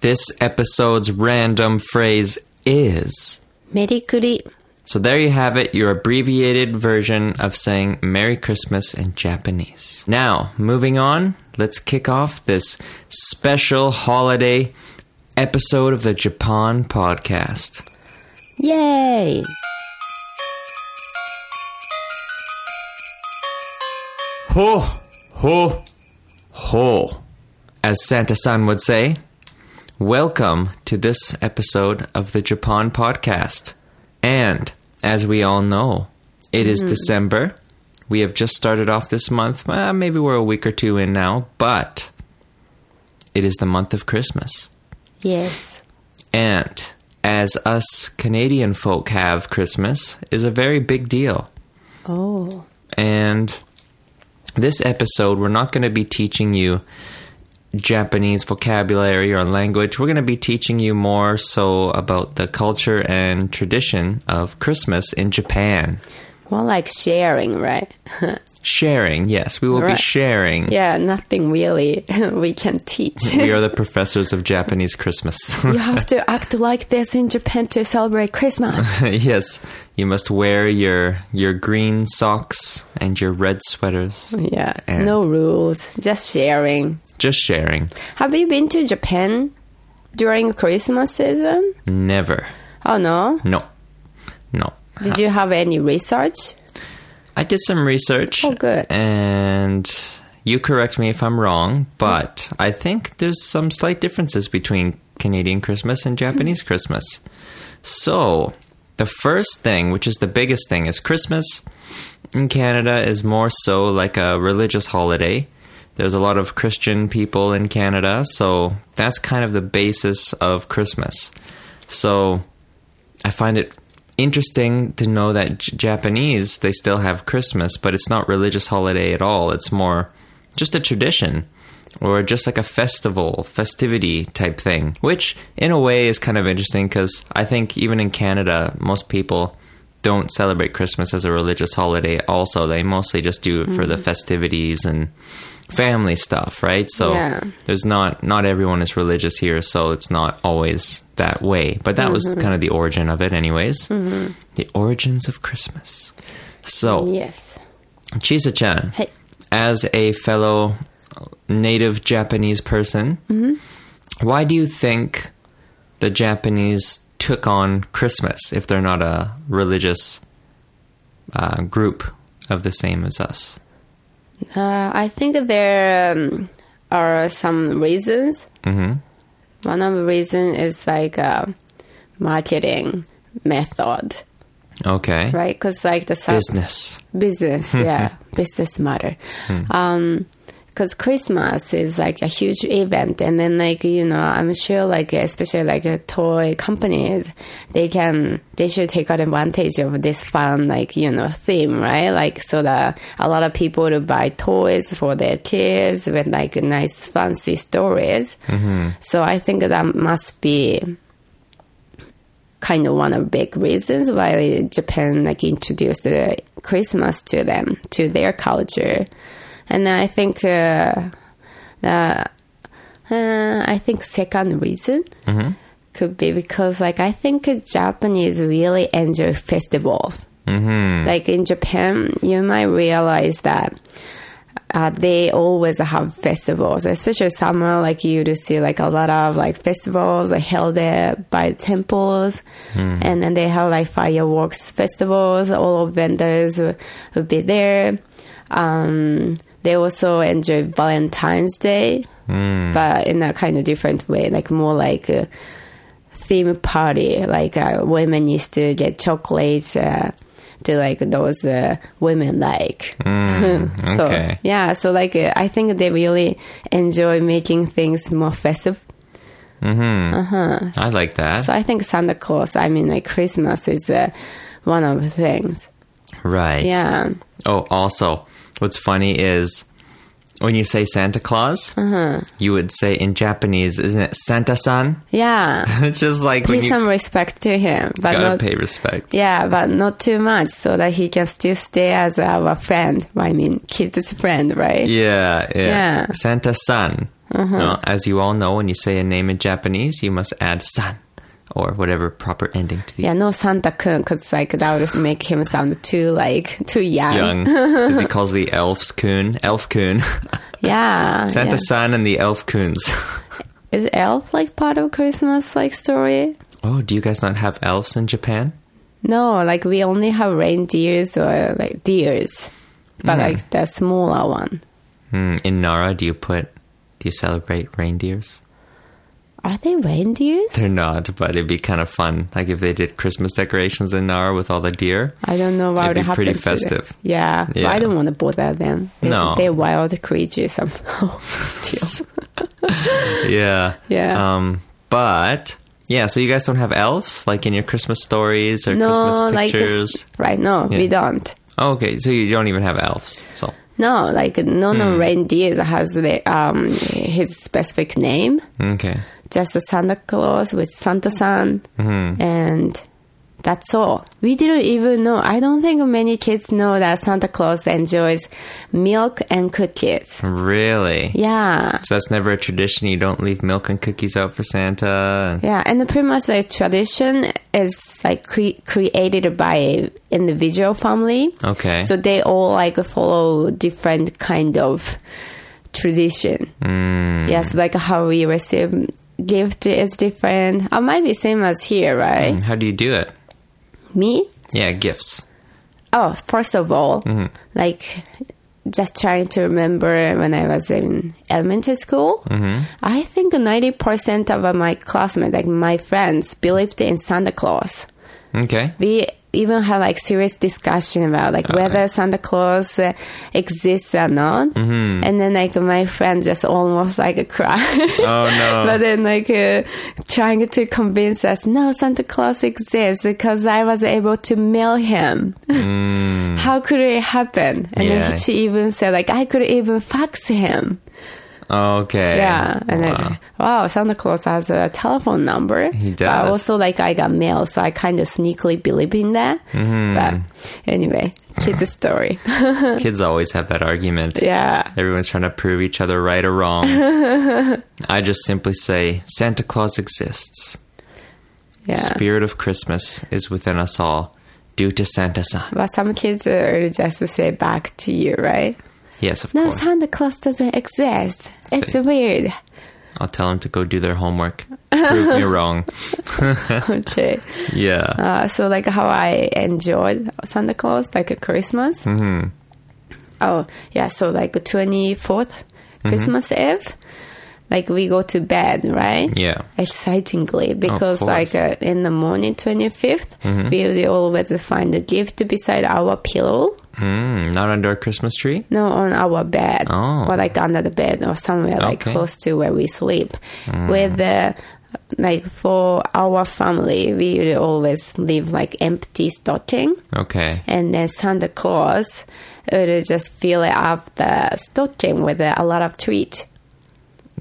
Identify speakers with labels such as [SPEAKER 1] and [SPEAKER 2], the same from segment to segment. [SPEAKER 1] this episode's random phrase is.
[SPEAKER 2] メリクリ。
[SPEAKER 1] So there you have it, your abbreviated version of saying Merry Christmas in Japanese. Now, moving on, let's kick off this special holiday episode of the Japan podcast.
[SPEAKER 2] イェーイ
[SPEAKER 1] Ho, ho, ho. As Santa san would say, welcome to this episode of the Japan podcast. And as we all know, it is December. We have just started off this month. Uh, maybe we're a week or two in now, but it is the month of Christmas.
[SPEAKER 2] Yes.
[SPEAKER 1] And as us Canadian folk have, Christmas is a very big deal.
[SPEAKER 2] Oh.
[SPEAKER 1] And this episode, we're not going to be teaching you Japanese vocabulary or language. We're going to be teaching you more so about the culture and tradition of Christmas in Japan.
[SPEAKER 2] More like sharing, right?
[SPEAKER 1] Sharing, yes, we will be
[SPEAKER 2] Right.
[SPEAKER 1] sharing.
[SPEAKER 2] Yeah, nothing really we can teach.
[SPEAKER 1] We are the professors of Japanese Christmas.
[SPEAKER 2] you have to act like this in Japan to celebrate Christmas.
[SPEAKER 1] yes, you must wear your your green socks and your red sweaters.
[SPEAKER 2] Yeah,
[SPEAKER 1] And-
[SPEAKER 2] no rules, just sharing.
[SPEAKER 1] Just sharing.
[SPEAKER 2] Have you been to Japan during Christmas season?
[SPEAKER 1] Never.
[SPEAKER 2] Oh no.
[SPEAKER 1] No. No.
[SPEAKER 2] Did you have any research?
[SPEAKER 1] I did some research.
[SPEAKER 2] Oh, good.
[SPEAKER 1] And you correct me if I'm wrong, but I think there's some slight differences between Canadian Christmas and Japanese
[SPEAKER 2] Hmm.
[SPEAKER 1] Christmas. So, the first thing, which is the biggest thing, is Christmas in Canada is more so like a religious holiday. There's a lot of Christian people in Canada, so that's kind of the basis of Christmas. So, I find it interesting to know that J- Japanese they still have Christmas, but it's not religious holiday at all. It's more just a tradition or just like a festival, festivity type thing, which in a way is kind of interesting cuz I think even in Canada most people don't celebrate Christmas as a religious holiday also. They mostly just do it for the festivities and family stuff, right? So
[SPEAKER 2] Yeah.
[SPEAKER 1] there's not not everyone is religious here, so it's not always that way. But that was
[SPEAKER 2] Mm-hmm.
[SPEAKER 1] kind of the origin of it, anyways. The origins of Christmas. So
[SPEAKER 2] Yes.
[SPEAKER 1] Chisa-chan,
[SPEAKER 2] Hey.
[SPEAKER 1] as a fellow native Japanese person,
[SPEAKER 2] Mm-hmm.
[SPEAKER 1] why do you think the Japanese took on Christmas if they're not a religious uh, group of the same as us?
[SPEAKER 2] Uh, I think there um, are some reasons. Mm-hmm. One of the reasons is like uh, marketing method,
[SPEAKER 1] Okay,
[SPEAKER 2] right? Because like the sub-
[SPEAKER 1] business.
[SPEAKER 2] business, yeah, business matter. Um, because Christmas is like a huge event, and then like you know, I'm sure like especially like uh, toy companies, they can they should take advantage of this fun like you know theme, right? Like so that a lot of people to buy toys for their kids with like nice fancy stories. So I think that must be kind of one of big reasons why Japan like introduced the Christmas to them to their culture, and I think uh, uh, uh, I think second reason could be because like I think Japanese really enjoy festivals. Mm-hmm. Like in Japan, you might realize that uh, they always have festivals, especially summer. Like you do see like a lot of like festivals are held there by temples, and then they have like fireworks festivals. All of vendors will will be there. Um, they also enjoy Valentine's Day,
[SPEAKER 1] Hmm.
[SPEAKER 2] but in a kind of different way, like more like. A, theme party. Like uh, women used to get chocolates uh, to like those uh, women like. so
[SPEAKER 1] Hmm, okay.
[SPEAKER 2] yeah, so like uh, I think they really enjoy making things more festive.
[SPEAKER 1] I like that.
[SPEAKER 2] So I think Santa Claus, I mean like Christmas is uh, one of the things.
[SPEAKER 1] right.
[SPEAKER 2] Yeah.
[SPEAKER 1] Oh, also, what's funny is when you say Santa Claus,
[SPEAKER 2] Uh-huh.
[SPEAKER 1] you would say in Japanese, isn't it Santa san?
[SPEAKER 2] Yeah.
[SPEAKER 1] It's just like
[SPEAKER 2] Pay
[SPEAKER 1] when you
[SPEAKER 2] some respect to him, um, but
[SPEAKER 1] gotta
[SPEAKER 2] not
[SPEAKER 1] pay respect.
[SPEAKER 2] yeah, but not too much, so that he can still stay as our friend. I mean, kid's friend, right?
[SPEAKER 1] Yeah, yeah.
[SPEAKER 2] Yeah. Uh-huh.
[SPEAKER 1] Santa san. Now, as you all know, when you say a name in Japanese, you must add san or whatever proper ending to the
[SPEAKER 2] Yeah, no Santa Kun, because like that would make him sound too like too young.
[SPEAKER 1] young. Because he calls the elves coon, elf coon,
[SPEAKER 2] Yeah,
[SPEAKER 1] Santa
[SPEAKER 2] yeah.
[SPEAKER 1] san and the elf coons.
[SPEAKER 2] Is elf like part of Christmas like story?
[SPEAKER 1] oh, do you guys not have elves in Japan?
[SPEAKER 2] No, like we only have reindeers or like deers,
[SPEAKER 1] Mm-hmm.
[SPEAKER 2] but like the smaller one.
[SPEAKER 1] Hmm, in Nara, do you put, do you celebrate reindeers?
[SPEAKER 2] Are they reindeers?
[SPEAKER 1] They're not, but it'd be kind of fun. Like if they did Christmas decorations in Nara with all the deer.
[SPEAKER 2] I don't know what
[SPEAKER 1] It'd
[SPEAKER 2] would
[SPEAKER 1] be
[SPEAKER 2] happen.
[SPEAKER 1] pretty
[SPEAKER 2] to them.
[SPEAKER 1] festive.
[SPEAKER 2] Yeah, but
[SPEAKER 1] Yeah.
[SPEAKER 2] I don't want to bother them. They,
[SPEAKER 1] No.
[SPEAKER 2] they're wild creatures somehow. Still.
[SPEAKER 1] Yeah.
[SPEAKER 2] Yeah.
[SPEAKER 1] Um, but yeah, so you guys don't have elves like in your Christmas stories or
[SPEAKER 2] no,
[SPEAKER 1] Christmas
[SPEAKER 2] like
[SPEAKER 1] pictures.
[SPEAKER 2] this, right? No,
[SPEAKER 1] Yeah.
[SPEAKER 2] we don't.
[SPEAKER 1] Oh, okay, so you don't even have elves. So
[SPEAKER 2] No, like none
[SPEAKER 1] Hmm.
[SPEAKER 2] of reindeers has the, um his specific name.
[SPEAKER 1] okay,
[SPEAKER 2] Just a Santa Claus with Santa San,
[SPEAKER 1] Mm-hmm.
[SPEAKER 2] and that's all. We didn't even know. I don't think many kids know that Santa Claus enjoys milk and cookies.
[SPEAKER 1] really.
[SPEAKER 2] Yeah.
[SPEAKER 1] So that's never a tradition. You don't leave milk and cookies out for Santa.
[SPEAKER 2] Yeah, and pretty much like tradition is like cre- created by individual family.
[SPEAKER 1] Okay.
[SPEAKER 2] So they all like follow different kind of tradition. Mm. Yes, like how we receive gift is different. It might be same as here, right?
[SPEAKER 1] How do you do it?
[SPEAKER 2] Me?
[SPEAKER 1] Yeah, gifts.
[SPEAKER 2] Oh, first of all, like just trying to remember when I was in elementary school, I think 90% of my classmates, like my friends, believed in Santa Claus.
[SPEAKER 1] Okay.
[SPEAKER 2] We even had like serious discussion about like
[SPEAKER 1] Uh-huh.
[SPEAKER 2] whether Santa Claus uh, exists or not.
[SPEAKER 1] Mm-hmm.
[SPEAKER 2] And then like my friend just almost like cried.
[SPEAKER 1] Oh no.
[SPEAKER 2] But then, like, uh, trying to convince us, no, Santa Claus exists because I was able to mail him. How could it happen?
[SPEAKER 1] Mm.
[SPEAKER 2] And
[SPEAKER 1] Yeah.
[SPEAKER 2] then she even said, like, I could even fax him.
[SPEAKER 1] Okay.
[SPEAKER 2] Yeah. And I was
[SPEAKER 1] Wow.
[SPEAKER 2] like, wow, Santa Claus has a telephone number.
[SPEAKER 1] He
[SPEAKER 2] But
[SPEAKER 1] does.
[SPEAKER 2] also, like, I got mail, so I kind of sneakily believe in that.
[SPEAKER 1] Mm-hmm.
[SPEAKER 2] But anyway, it's a story.
[SPEAKER 1] kids always have that argument.
[SPEAKER 2] yeah.
[SPEAKER 1] Everyone's trying to prove each other right or wrong. I just simply say Santa Claus exists.
[SPEAKER 2] Yeah.
[SPEAKER 1] The spirit of Christmas is within us all due to Santa San.
[SPEAKER 2] but some kids uh, will just say back to you, right?
[SPEAKER 1] Yes, of
[SPEAKER 2] No,
[SPEAKER 1] course.
[SPEAKER 2] Santa Claus doesn't exist. It's
[SPEAKER 1] See.
[SPEAKER 2] weird.
[SPEAKER 1] I'll tell them to go do their homework. prove me wrong.
[SPEAKER 2] Okay.
[SPEAKER 1] Yeah.
[SPEAKER 2] Uh, so, like, how I enjoyed Santa Claus, like a Christmas. Mm-hmm. Oh, yeah. So, like, 24th
[SPEAKER 1] Mm-hmm.
[SPEAKER 2] Christmas Eve, like, we go to bed, right?
[SPEAKER 1] Yeah.
[SPEAKER 2] Excitingly, because,
[SPEAKER 1] course. Mm-hmm.
[SPEAKER 2] like, uh, in the morning, 25th, we will always find a gift beside our pillow.
[SPEAKER 1] Mm, not under a Christmas tree?
[SPEAKER 2] No, on our bed
[SPEAKER 1] Oh.
[SPEAKER 2] or like under the bed or somewhere like
[SPEAKER 1] Okay. Mm.
[SPEAKER 2] close to where we sleep. With the like for our family, we would always leave like empty stocking,
[SPEAKER 1] Okay.
[SPEAKER 2] and then Santa Claus would just fill up the stocking with a lot of treat.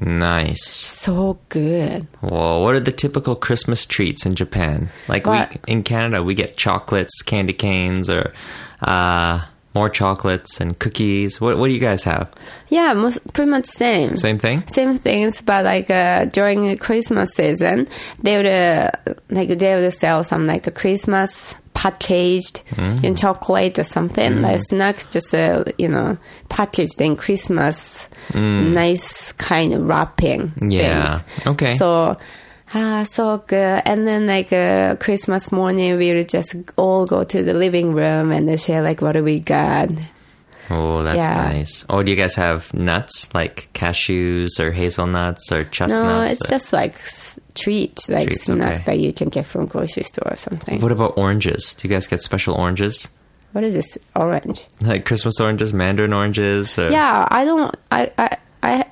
[SPEAKER 1] Nice.
[SPEAKER 2] So good.
[SPEAKER 1] Whoa, what are the typical Christmas treats in Japan? Like we
[SPEAKER 2] What?
[SPEAKER 1] in Canada, we get chocolates, candy canes, or uh, more chocolates and cookies. What what do you guys have?
[SPEAKER 2] Yeah, most pretty much same.
[SPEAKER 1] Same thing.
[SPEAKER 2] same things, but like uh, during the Christmas season, they would uh, like they would sell some like a Christmas packaged
[SPEAKER 1] Mm.
[SPEAKER 2] in chocolate or something like snacks, just uh, you know packaged in Christmas, nice kind of wrapping.
[SPEAKER 1] Mm. Yeah.
[SPEAKER 2] things.
[SPEAKER 1] Okay.
[SPEAKER 2] So. Ah, so good. And then, like, uh, Christmas morning, we would just all go to the living room and then share, like, what do we got?
[SPEAKER 1] Oh, that's
[SPEAKER 2] Yeah.
[SPEAKER 1] nice. Oh, do you guys have nuts like cashews or hazelnuts or
[SPEAKER 2] No,
[SPEAKER 1] chestnuts?
[SPEAKER 2] it's just like s- treat, like
[SPEAKER 1] Treats,
[SPEAKER 2] snack
[SPEAKER 1] okay.
[SPEAKER 2] that you can get from grocery store or something.
[SPEAKER 1] What about oranges? Do you guys get special oranges?
[SPEAKER 2] what is this orange?
[SPEAKER 1] Like Christmas oranges, mandarin oranges, or
[SPEAKER 2] Yeah, I don't. I I I.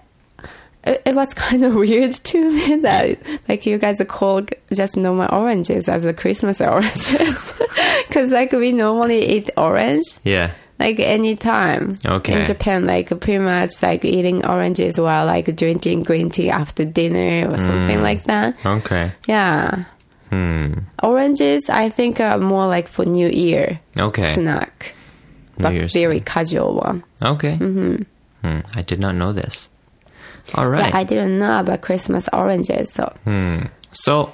[SPEAKER 2] It, it was kind of weird to me that like you guys call just normal oranges as the Christmas oranges, because like we normally eat orange
[SPEAKER 1] Yeah.
[SPEAKER 2] like any time
[SPEAKER 1] Okay.
[SPEAKER 2] in Japan, like pretty much like eating oranges while like drinking green tea after dinner or something
[SPEAKER 1] Mm.
[SPEAKER 2] like that.
[SPEAKER 1] Okay.
[SPEAKER 2] Yeah.
[SPEAKER 1] Hmm.
[SPEAKER 2] Oranges, I think, are more like for New Year
[SPEAKER 1] Okay.
[SPEAKER 2] snack,
[SPEAKER 1] New
[SPEAKER 2] but
[SPEAKER 1] Year's Hmm,
[SPEAKER 2] very casual one.
[SPEAKER 1] Okay. Mm-hmm. I did not know this. All
[SPEAKER 2] But
[SPEAKER 1] right. Hmm.
[SPEAKER 2] I didn't know about Christmas oranges, so
[SPEAKER 1] So,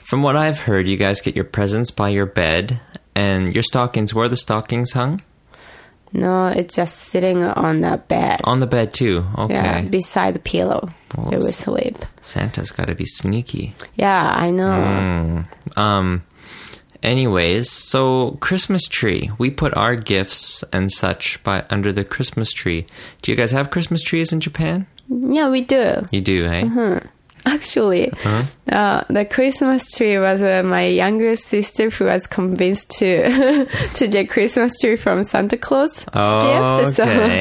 [SPEAKER 1] from what I've heard, you guys get your presents by your bed, and your stockings. Where are the stockings hung?
[SPEAKER 2] no, it's just sitting on the bed.
[SPEAKER 1] On the bed too. Okay.
[SPEAKER 2] Yeah, beside the pillow.
[SPEAKER 1] Oh,
[SPEAKER 2] it was
[SPEAKER 1] s-
[SPEAKER 2] sleep.
[SPEAKER 1] Santa's got to be sneaky.
[SPEAKER 2] Yeah, I know.
[SPEAKER 1] Um. Anyways, so Christmas tree. We put our gifts and such by under the Christmas tree. Do you guys have Christmas trees in Japan?
[SPEAKER 2] Yeah, we do.
[SPEAKER 1] You do, eh?
[SPEAKER 2] Mm-hmm. Actually,
[SPEAKER 1] Uh-huh.
[SPEAKER 2] uh, the Christmas tree was uh, my younger sister who was convinced to to get Christmas tree from Santa Claus gift.
[SPEAKER 1] Oh, Okay.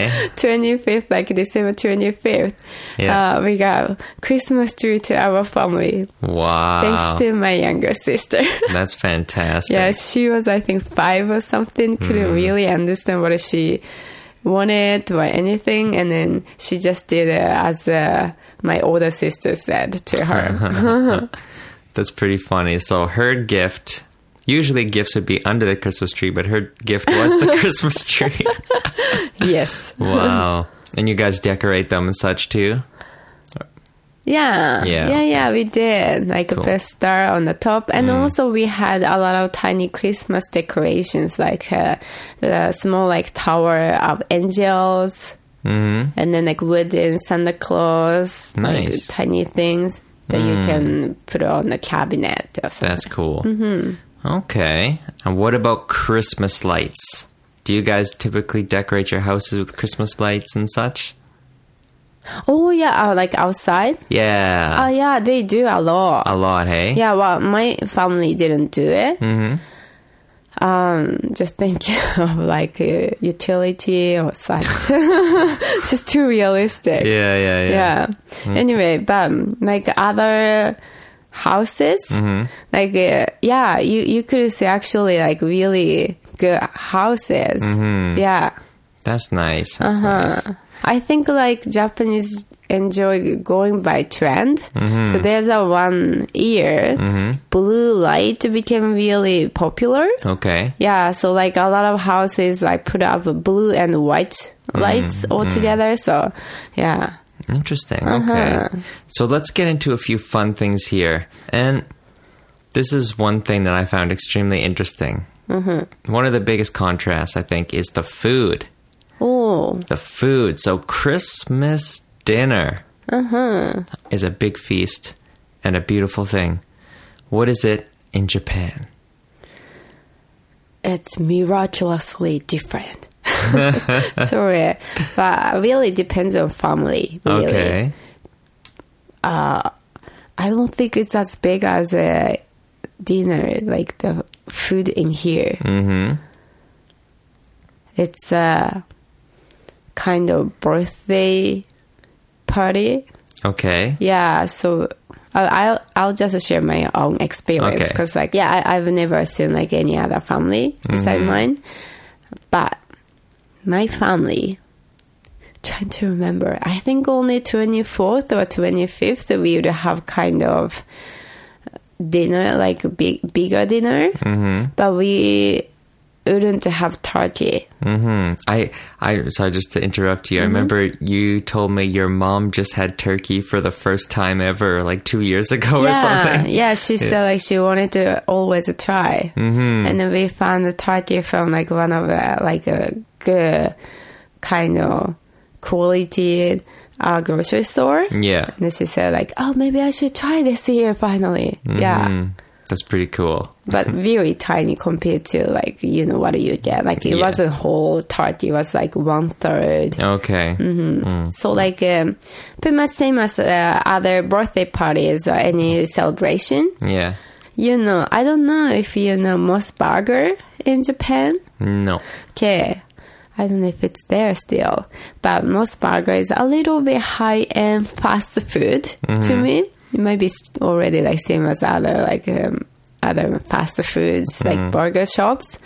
[SPEAKER 2] So, twenty fifth, like December twenty fifth,
[SPEAKER 1] Yeah.
[SPEAKER 2] uh, we got Christmas tree to our family
[SPEAKER 1] Wow.
[SPEAKER 2] thanks to my younger sister.
[SPEAKER 1] That's fantastic.
[SPEAKER 2] yeah, she was I think five or something,
[SPEAKER 1] Hmm.
[SPEAKER 2] couldn't really understand what she wanted or anything, and then she just did it as uh, my older sister said to her.
[SPEAKER 1] That's pretty funny. So her gift, usually gifts would be under the Christmas tree, but her gift was the Christmas tree.
[SPEAKER 2] yes.
[SPEAKER 1] wow. And you guys decorate them and such too?
[SPEAKER 2] Yeah.
[SPEAKER 1] Yeah.
[SPEAKER 2] Yeah, yeah, we did. Like
[SPEAKER 1] Cool. Mm.
[SPEAKER 2] a best star on the top. And also we had a lot of tiny Christmas decorations, like uh, the small like tower of angels. mm And then like wooden Santa Claus.
[SPEAKER 1] Mm-hmm.
[SPEAKER 2] like,
[SPEAKER 1] Nice. Mm.
[SPEAKER 2] tiny things that you can put on the cabinet or something.
[SPEAKER 1] That's cool. Mm-hmm. Okay. And what about Christmas lights? Do you guys typically decorate your houses with Christmas lights and such?
[SPEAKER 2] oh, yeah. Uh, like outside. Oh,
[SPEAKER 1] Yeah.
[SPEAKER 2] yeah. They do a lot.
[SPEAKER 1] a lot, hey?
[SPEAKER 2] Yeah, well, my family didn't do it. Um, just think of like uh, utility or such. just too realistic.
[SPEAKER 1] Yeah, yeah, yeah.
[SPEAKER 2] Yeah. Anyway, but um, like other houses, like uh, yeah, you you could see actually like really good houses. Yeah.
[SPEAKER 1] That's nice. That's nice.
[SPEAKER 2] Uh, I think like Japanese enjoy going by trend. So there's a one year blue light became really popular.
[SPEAKER 1] Okay.
[SPEAKER 2] Yeah, so like a lot of houses like put up blue and white lights all together. So yeah.
[SPEAKER 1] Interesting. Okay. So let's get into a few fun things here. And this is one thing that I found extremely interesting. Mm-hmm. One of the biggest contrasts, I think, is the food.
[SPEAKER 2] Oh,
[SPEAKER 1] The food. So Christmas dinner
[SPEAKER 2] Uh-huh.
[SPEAKER 1] is a big feast and a beautiful thing. What is it in Japan?
[SPEAKER 2] it's miraculously different. Sorry, but really depends on family. Really.
[SPEAKER 1] Okay.
[SPEAKER 2] I don't think it's as big as a dinner, like the food in here. Mm-hmm. It's a kind of birthday party.
[SPEAKER 1] Okay.
[SPEAKER 2] Yeah, so I- I'll I'll just share my own experience
[SPEAKER 1] Okay.
[SPEAKER 2] because like yeah, I, I've never seen like any other family beside mine, but my family. Trying to remember, I think only twenty fourth or twenty fifth we would have kind of dinner, like big bigger dinner, but we wouldn't have turkey.
[SPEAKER 1] hmm I, I, sorry, just to interrupt
[SPEAKER 2] Mm-hmm.
[SPEAKER 1] you. I remember you told me your mom just had turkey for the first time ever, like two years ago or
[SPEAKER 2] yeah,
[SPEAKER 1] something.
[SPEAKER 2] yeah, she said like she wanted to always try, mm-hmm. and then we found a turkey from like one of the like a good kind of quality uh, grocery store.
[SPEAKER 1] Yeah.
[SPEAKER 2] And then she said like, oh, maybe I should try this year finally. Yeah,
[SPEAKER 1] Mm, that's pretty cool.
[SPEAKER 2] but very tiny compared to like you know what you get. Like it
[SPEAKER 1] Yeah.
[SPEAKER 2] wasn't whole turkey; it was like one third.
[SPEAKER 1] Okay.
[SPEAKER 2] Mm-hmm. So like um, pretty much same as uh, other birthday parties or any celebration.
[SPEAKER 1] Yeah.
[SPEAKER 2] You know, I don't know if you know Moss Burger in Japan.
[SPEAKER 1] No.
[SPEAKER 2] Okay, I don't know if it's there still, but Moss Burger is a little bit high end fast food to me. It might be st- already like same as other like um, other fast foods like burger shops,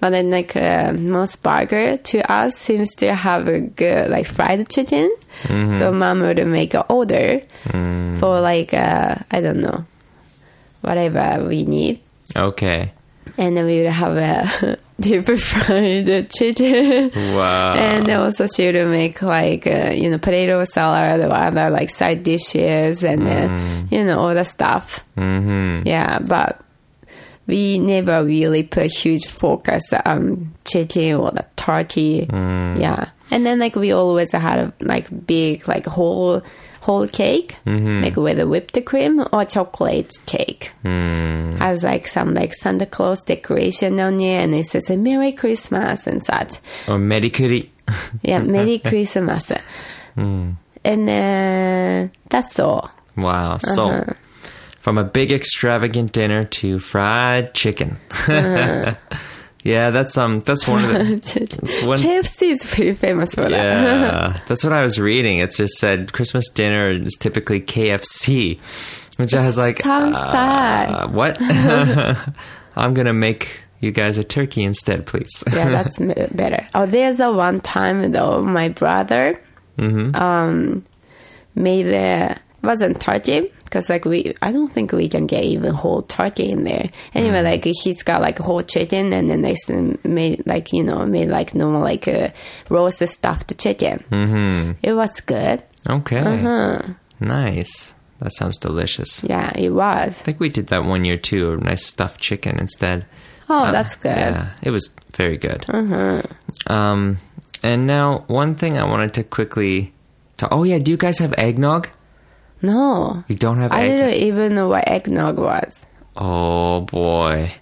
[SPEAKER 2] but then like uh, Moss Burger to us seems to have a good like fried chicken. So mom would make an order for like uh, I don't know whatever we need
[SPEAKER 1] Okay.
[SPEAKER 2] and then we would have a deep fried chicken.
[SPEAKER 1] Wow.
[SPEAKER 2] And also she would make like uh, you know potato salad or other like side dishes and uh, you know all the stuff.
[SPEAKER 1] mm-hmm.
[SPEAKER 2] Yeah, but we never really put huge focus on chicken or the turkey. Yeah, and then like we always had a, like big like whole whole cake like with a whipped cream or chocolate cake
[SPEAKER 1] Mm.
[SPEAKER 2] as like some like Santa Claus decoration on it, and it says a Merry Christmas and such.
[SPEAKER 1] Or medicuri.
[SPEAKER 2] Yeah, Merry Christmas.
[SPEAKER 1] Hmm.
[SPEAKER 2] And then that's all.
[SPEAKER 1] Wow.
[SPEAKER 2] Uh-huh.
[SPEAKER 1] So, from a big extravagant dinner to fried chicken. yeah, that's um, that's one of the. one-
[SPEAKER 2] KFC is pretty famous for that.
[SPEAKER 1] Yeah, that's what I was reading. It just said Christmas dinner is typically KFC, which I was like,
[SPEAKER 2] sounds
[SPEAKER 1] uh,
[SPEAKER 2] sad.
[SPEAKER 1] What? I'm gonna make you guys a turkey instead, please.
[SPEAKER 2] yeah, that's m- better. Oh, there's a one time though, my brother
[SPEAKER 1] Mm-hmm.
[SPEAKER 2] um, made a wasn't turkey because like we, I don't think we can get even whole turkey in there. Anyway,
[SPEAKER 1] Mm.
[SPEAKER 2] like he's got like whole chicken, and then they s- made like you know made like normal like a roast stuffed chicken. Mm-hmm. It was good.
[SPEAKER 1] Okay.
[SPEAKER 2] Uh-huh.
[SPEAKER 1] Nice. That sounds delicious.
[SPEAKER 2] Yeah, it was.
[SPEAKER 1] I think we did that one year too. A nice stuffed chicken instead.
[SPEAKER 2] Oh,
[SPEAKER 1] Uh,
[SPEAKER 2] that's good. Uh-huh.
[SPEAKER 1] Yeah, it was very good. Um, and now one thing I wanted to quickly. To, oh yeah, do you guys have eggnog?
[SPEAKER 2] No,
[SPEAKER 1] You don't have
[SPEAKER 2] I
[SPEAKER 1] eggnog.
[SPEAKER 2] didn't even know what eggnog was.
[SPEAKER 1] Oh boy.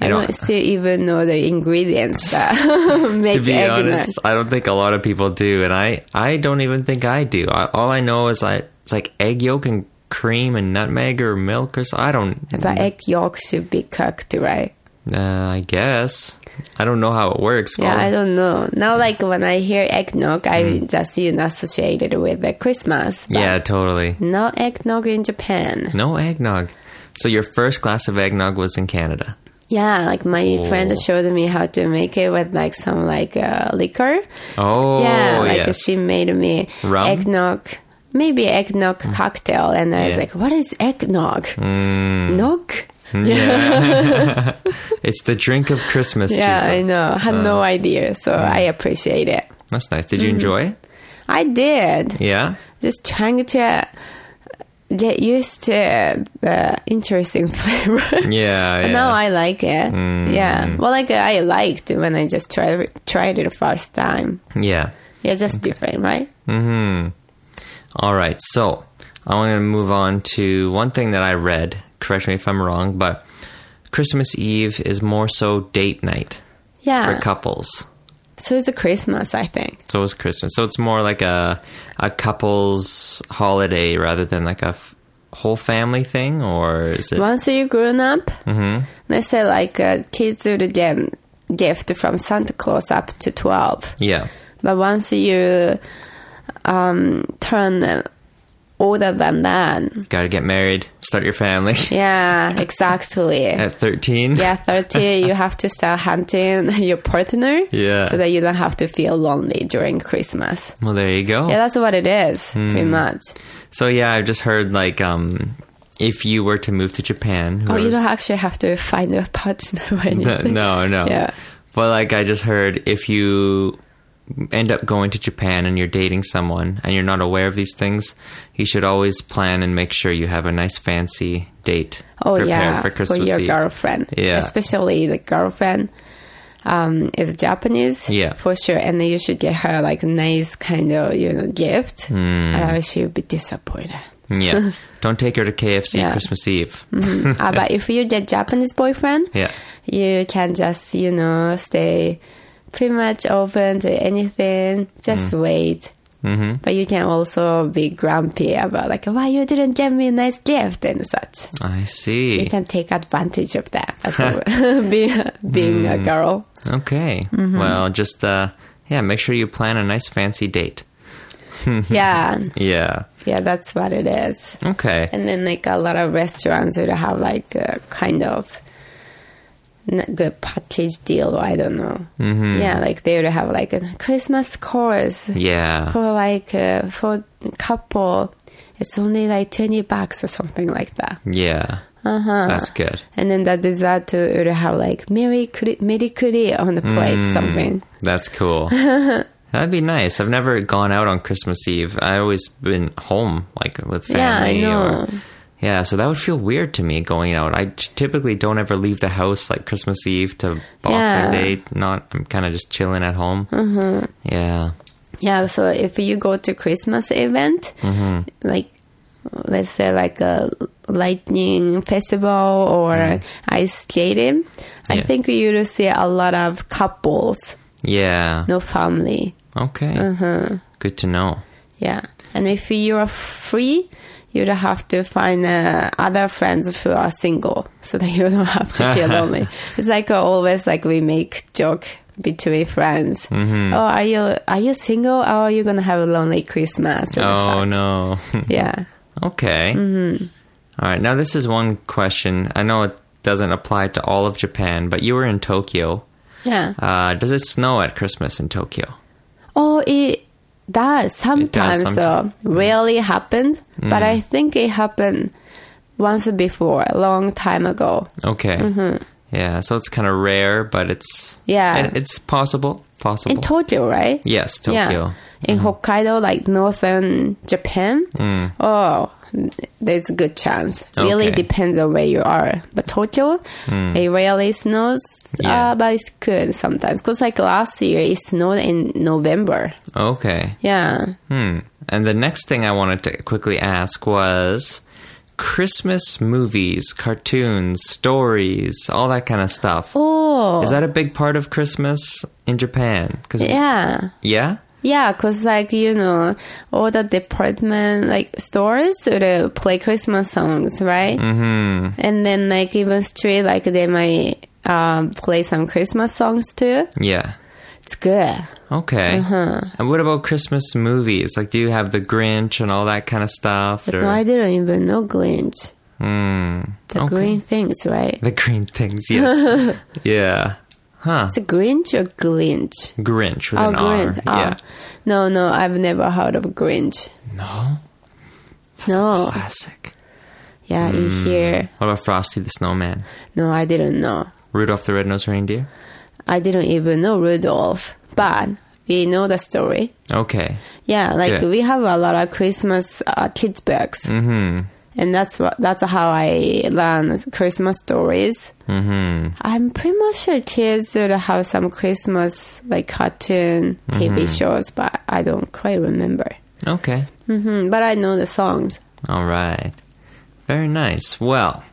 [SPEAKER 1] You
[SPEAKER 2] I
[SPEAKER 1] know,
[SPEAKER 2] don't still even know the ingredients that make
[SPEAKER 1] to be
[SPEAKER 2] eggnog.
[SPEAKER 1] honest, I don't think a lot of people do, and I, I don't even think I do. I, all I know is I, it's like egg yolk and cream and nutmeg or milk or so. I don't.
[SPEAKER 2] But egg yolk should be cooked, right?
[SPEAKER 1] Uh, I guess I don't know how it works.
[SPEAKER 2] Yeah,
[SPEAKER 1] All-
[SPEAKER 2] I don't know. Now, like when I hear eggnog, I just you know associate it with the Christmas. but
[SPEAKER 1] Mm. yeah, Mm. totally.
[SPEAKER 2] No eggnog in Japan.
[SPEAKER 1] No eggnog. So your first glass of eggnog was in Canada.
[SPEAKER 2] Yeah, like my friend
[SPEAKER 1] Oh.
[SPEAKER 2] showed me how to make it with like some like uh, liquor.
[SPEAKER 1] Oh,
[SPEAKER 2] yeah, like
[SPEAKER 1] yes.
[SPEAKER 2] she made me
[SPEAKER 1] Rum? Mm.
[SPEAKER 2] eggnog, maybe eggnog cocktail, and I was
[SPEAKER 1] Yeah. Mm.
[SPEAKER 2] like, "What is eggnog? Nog?
[SPEAKER 1] Mm-hmm. it's the drink of Christmas.
[SPEAKER 2] Yeah,
[SPEAKER 1] she said.
[SPEAKER 2] I know. Had no
[SPEAKER 1] Mm.
[SPEAKER 2] idea, so I appreciate it.
[SPEAKER 1] That's nice. Did you
[SPEAKER 2] Mm-hmm.
[SPEAKER 1] enjoy it?
[SPEAKER 2] I did.
[SPEAKER 1] Yeah.
[SPEAKER 2] Just trying to get used to the interesting flavor.
[SPEAKER 1] Yeah. Mm. yeah.
[SPEAKER 2] Now I like it. Yeah. Well, like I liked when I just tried tried it the first time.
[SPEAKER 1] yeah.
[SPEAKER 2] Yeah, just different, right?
[SPEAKER 1] All right. So I want to move on to one thing that I read. Correct me if I'm wrong, but Christmas Eve is more so date night
[SPEAKER 2] Yeah.
[SPEAKER 1] for couples.
[SPEAKER 2] so it's a Christmas, I think.
[SPEAKER 1] So it's Christmas. So it's more like a a couple's holiday rather than like a f- whole family thing, or is it?
[SPEAKER 2] Once you grown up,
[SPEAKER 1] Mm-hmm.
[SPEAKER 2] let's say like uh, kids would get gift from Santa Claus up to twelve.
[SPEAKER 1] Yeah.
[SPEAKER 2] But once you um, turn older than that,
[SPEAKER 1] Got to get married, start your family
[SPEAKER 2] yeah, exactly.
[SPEAKER 1] at 13.
[SPEAKER 2] Yeah, 30, you have to start hunting your partner
[SPEAKER 1] Yeah.
[SPEAKER 2] so that you don't have to feel lonely during Christmas.
[SPEAKER 1] Well, there you go.
[SPEAKER 2] Yeah, that's what it is,
[SPEAKER 1] Hmm.
[SPEAKER 2] pretty much.
[SPEAKER 1] So yeah, I've just heard like um if you were to move to Japan,
[SPEAKER 2] Oh, you
[SPEAKER 1] whoever's-
[SPEAKER 2] don't actually have to find a partner or anything.
[SPEAKER 1] no, no.
[SPEAKER 2] Yeah.
[SPEAKER 1] But like I just heard if you end up going to Japan and you're dating someone and you're not aware of these things, you should always plan and make sure you have a nice fancy date
[SPEAKER 2] Oh,
[SPEAKER 1] prepared
[SPEAKER 2] yeah,
[SPEAKER 1] for Christmas
[SPEAKER 2] your
[SPEAKER 1] Eve.
[SPEAKER 2] girlfriend.
[SPEAKER 1] Yeah.
[SPEAKER 2] Especially the girlfriend um, is Japanese.
[SPEAKER 1] Yeah.
[SPEAKER 2] For sure. And then you should get her like nice kind of, you know, gift.
[SPEAKER 1] Hmm.
[SPEAKER 2] Otherwise she'll be disappointed.
[SPEAKER 1] Yeah. Don't take her to KFC
[SPEAKER 2] Yeah.
[SPEAKER 1] Christmas Eve.
[SPEAKER 2] uh, but if you get Japanese boyfriend,
[SPEAKER 1] Yeah.
[SPEAKER 2] you can just you know stay pretty much open to anything just
[SPEAKER 1] Hmm.
[SPEAKER 2] wait mm-hmm. but you can also be grumpy about like why you didn't give me a nice gift and such
[SPEAKER 1] I see.
[SPEAKER 2] you can take advantage of that as a, being, being a girl
[SPEAKER 1] Okay.
[SPEAKER 2] Mm-hmm.
[SPEAKER 1] Well, just uh yeah, make sure you plan a nice fancy date.
[SPEAKER 2] yeah
[SPEAKER 1] Yeah.
[SPEAKER 2] yeah that's what it is
[SPEAKER 1] Okay.
[SPEAKER 2] and then like a lot of restaurants would have like a kind of n- good package deal i don't know mm-hmm. yeah like they would have like a christmas course
[SPEAKER 1] yeah.
[SPEAKER 2] for like uh, for couple it's only like 20 bucks or something like that
[SPEAKER 1] Yeah.
[SPEAKER 2] Uh-huh.
[SPEAKER 1] That's good.
[SPEAKER 2] And then the dessert would have like Merry Kuri, Merry Kuri on the plate, something.
[SPEAKER 1] That's cool. That'd be nice. I've never gone out on Christmas Eve. I always been home, like with
[SPEAKER 2] Yeah, I
[SPEAKER 1] family.
[SPEAKER 2] know.
[SPEAKER 1] Or, yeah, so that would feel weird to me going out. I t- typically don't ever leave the house like Christmas Eve to Boxing
[SPEAKER 2] Yeah. Uh-huh.
[SPEAKER 1] Day. Not, I'm kind of just chilling at home. Yeah,
[SPEAKER 2] Yeah, so if you go to Christmas event,
[SPEAKER 1] Mm-hmm.
[SPEAKER 2] like let's say like a lightning festival or ice skating, I
[SPEAKER 1] Mm-hmm. Yeah.
[SPEAKER 2] think you'll see a lot of couples,
[SPEAKER 1] yeah.
[SPEAKER 2] no Uh-huh. family.
[SPEAKER 1] Okay, good to know.
[SPEAKER 2] Yeah, and if you are free, you'd have to find uh, other friends who are single, so that you don't have to feel lonely. It's like uh, always like we make joke between friends.
[SPEAKER 1] Mm-hmm.
[SPEAKER 2] Oh, are you are you single? Or are you gonna have a lonely Christmas? and
[SPEAKER 1] Oh
[SPEAKER 2] such?
[SPEAKER 1] no.
[SPEAKER 2] Yeah.
[SPEAKER 1] Okay.
[SPEAKER 2] Mm-hmm.
[SPEAKER 1] All right. Now, this is one question. I know it doesn't apply to all of Japan, but you were in Tokyo.
[SPEAKER 2] Yeah.
[SPEAKER 1] Uh, does it snow at Christmas in Tokyo?
[SPEAKER 2] Oh, it does sometimes.
[SPEAKER 1] sometime.
[SPEAKER 2] So rarely happened, but
[SPEAKER 1] Mm.
[SPEAKER 2] I think it happened once before, a long time ago.
[SPEAKER 1] Okay. Yeah. So it's kind of rare, but it's
[SPEAKER 2] Mm-hmm. Yeah.
[SPEAKER 1] it, it's possible. Possible.
[SPEAKER 2] In Tokyo, right?
[SPEAKER 1] yes, Oh. Tokyo. Mm-hmm.
[SPEAKER 2] In Hokkaido, like northern Japan, oh, there's a good chance. Really
[SPEAKER 1] Mm. Okay. Mm.
[SPEAKER 2] depends on where you are. But Tokyo, it rarely snows,
[SPEAKER 1] Yeah.
[SPEAKER 2] uh, but it's good sometimes. Because like last year, it snowed in November.
[SPEAKER 1] Okay.
[SPEAKER 2] Yeah.
[SPEAKER 1] Hmm. And the next thing I wanted to quickly ask was Christmas movies, cartoons, stories, all that kind of stuff.
[SPEAKER 2] Oh,
[SPEAKER 1] Is that a big part of Christmas in Japan? 'Cause-
[SPEAKER 2] yeah.
[SPEAKER 1] yeah?
[SPEAKER 2] Yeah, cause like you know, all the department like stores would uh, play Christmas songs, right? Mm-hmm. And then like even street, like they might um, play some Christmas songs too.
[SPEAKER 1] Yeah.
[SPEAKER 2] It's good.
[SPEAKER 1] Okay.
[SPEAKER 2] Uh-huh.
[SPEAKER 1] And what about Christmas movies? Like, do you have The Grinch and all that kind of stuff?
[SPEAKER 2] But no, I didn't even know Grinch.
[SPEAKER 1] Mm,
[SPEAKER 2] The
[SPEAKER 1] okay.
[SPEAKER 2] green things, right?
[SPEAKER 1] The green things, yes. yeah. Huh.
[SPEAKER 2] It's a Grinch or Grinch?
[SPEAKER 1] Grinch with
[SPEAKER 2] oh,
[SPEAKER 1] an
[SPEAKER 2] Grinch.
[SPEAKER 1] R. Yeah.
[SPEAKER 2] Oh. No, no, I've never heard of Grinch.
[SPEAKER 1] No?
[SPEAKER 2] No.
[SPEAKER 1] Classic. Mm-hmm.
[SPEAKER 2] Yeah, in
[SPEAKER 1] Hmm.
[SPEAKER 2] here.
[SPEAKER 1] What about Frosty the Snowman?
[SPEAKER 2] No, I didn't know.
[SPEAKER 1] Rudolph the Red-Nosed Reindeer?
[SPEAKER 2] I didn't even know Rudolph. But we know the story.
[SPEAKER 1] Okay.
[SPEAKER 2] Yeah, like
[SPEAKER 1] Good.
[SPEAKER 2] we have a lot of Christmas uh, kids books,
[SPEAKER 1] Mm.
[SPEAKER 2] mm-hmm. and that's what that's how I learn Christmas stories. Mm-hmm. I'm pretty much sure kids would have some Christmas like cartoon TV shows, but I don't quite remember.
[SPEAKER 1] Okay.
[SPEAKER 2] hmm But I know the songs.
[SPEAKER 1] All right. Very nice. Well,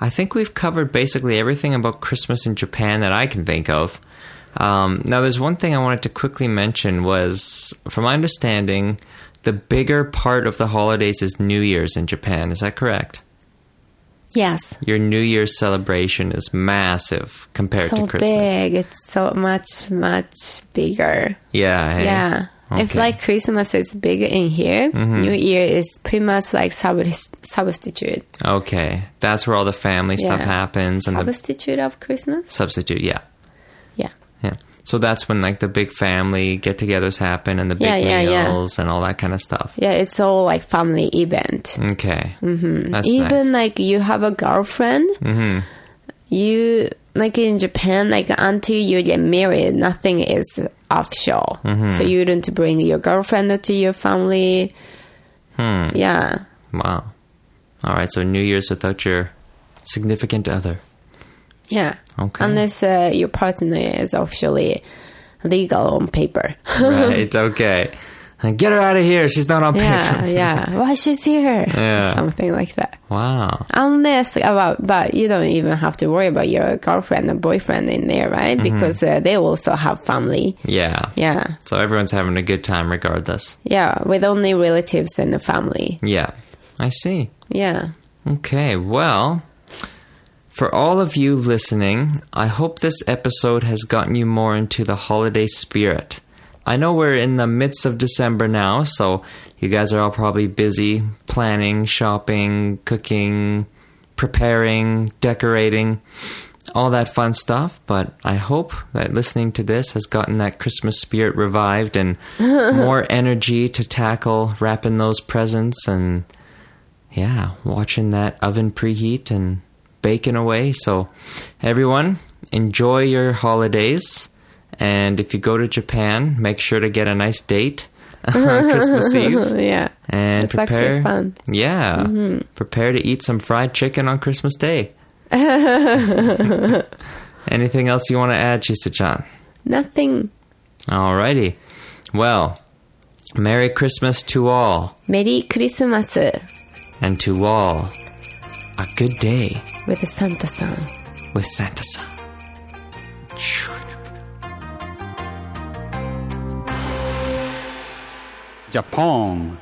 [SPEAKER 1] I think we've covered basically everything about Christmas in Japan that I can think of. Um, now, there's one thing I wanted to quickly mention was, from my understanding, the bigger part of the holidays is New Year's in Japan. Is that correct?
[SPEAKER 2] Yes,
[SPEAKER 1] Your New Year's celebration is massive compared
[SPEAKER 2] so
[SPEAKER 1] to Christmas.
[SPEAKER 2] big. It's so much much bigger.
[SPEAKER 1] Yeah. hey?
[SPEAKER 2] Yeah. If
[SPEAKER 1] Eh? Okay. Mm-hmm.
[SPEAKER 2] like Christmas is big in here, New Year is pretty much like subst- substitute.
[SPEAKER 1] Okay. That's where all the family stuff
[SPEAKER 2] Yeah.
[SPEAKER 1] happens and the
[SPEAKER 2] Substitute of Christmas?
[SPEAKER 1] substitute. Yeah.
[SPEAKER 2] Yeah.
[SPEAKER 1] Yeah. So that's when like the big family get-togethers happen and the big
[SPEAKER 2] Yeah, yeah, yeah.
[SPEAKER 1] meals and all that kind of stuff.
[SPEAKER 2] Yeah, it's all like family event.
[SPEAKER 1] Okay. Mm-hmm. Mm, That's
[SPEAKER 2] Even
[SPEAKER 1] nice. Mm-hmm.
[SPEAKER 2] like you have a girlfriend, you like in Japan, like until you get married, nothing is official.
[SPEAKER 1] Mm-hmm.
[SPEAKER 2] So you don't bring your girlfriend to your family.
[SPEAKER 1] Hmm.
[SPEAKER 2] Yeah,
[SPEAKER 1] Wow. All right. So New Year's without your significant other.
[SPEAKER 2] yeah.
[SPEAKER 1] Okay.
[SPEAKER 2] Unless uh, your partner is officially legal on paper.
[SPEAKER 1] right. Okay. Get her out of here. She's not on
[SPEAKER 2] yeah,
[SPEAKER 1] paper.
[SPEAKER 2] yeah. Why she's here?
[SPEAKER 1] Yeah.
[SPEAKER 2] Something like that.
[SPEAKER 1] Wow.
[SPEAKER 2] unless about but you don't even have to worry about your girlfriend and boyfriend in there right because uh, they also have family
[SPEAKER 1] Mm-hmm. Yeah.
[SPEAKER 2] yeah
[SPEAKER 1] So everyone's having a good time regardless.
[SPEAKER 2] yeah with only relatives and the family
[SPEAKER 1] Yeah. I see.
[SPEAKER 2] yeah
[SPEAKER 1] Okay, well, for all of you listening, I hope this episode has gotten you more into the holiday spirit. I know we're in the midst of December now, so you guys are all probably busy planning, shopping, cooking, preparing, decorating, all that fun stuff. But I hope that listening to this has gotten that Christmas spirit revived and more energy to tackle wrapping those presents and yeah, watching that oven preheat and baking away. So, everyone, enjoy your holidays. And if you go to Japan, make sure to get a nice date on Christmas Eve.
[SPEAKER 2] yeah.
[SPEAKER 1] And
[SPEAKER 2] It's
[SPEAKER 1] prepare.
[SPEAKER 2] actually fun.
[SPEAKER 1] Yeah. Prepare to eat some fried chicken on Christmas Day. Anything else you want to add, Chisa-chan?
[SPEAKER 2] Nothing.
[SPEAKER 1] Alrighty. Well, Merry Christmas to all,
[SPEAKER 2] Merry Christmas with
[SPEAKER 1] and to all, a good day
[SPEAKER 2] Santa san.
[SPEAKER 1] with Santa San.
[SPEAKER 3] Japan.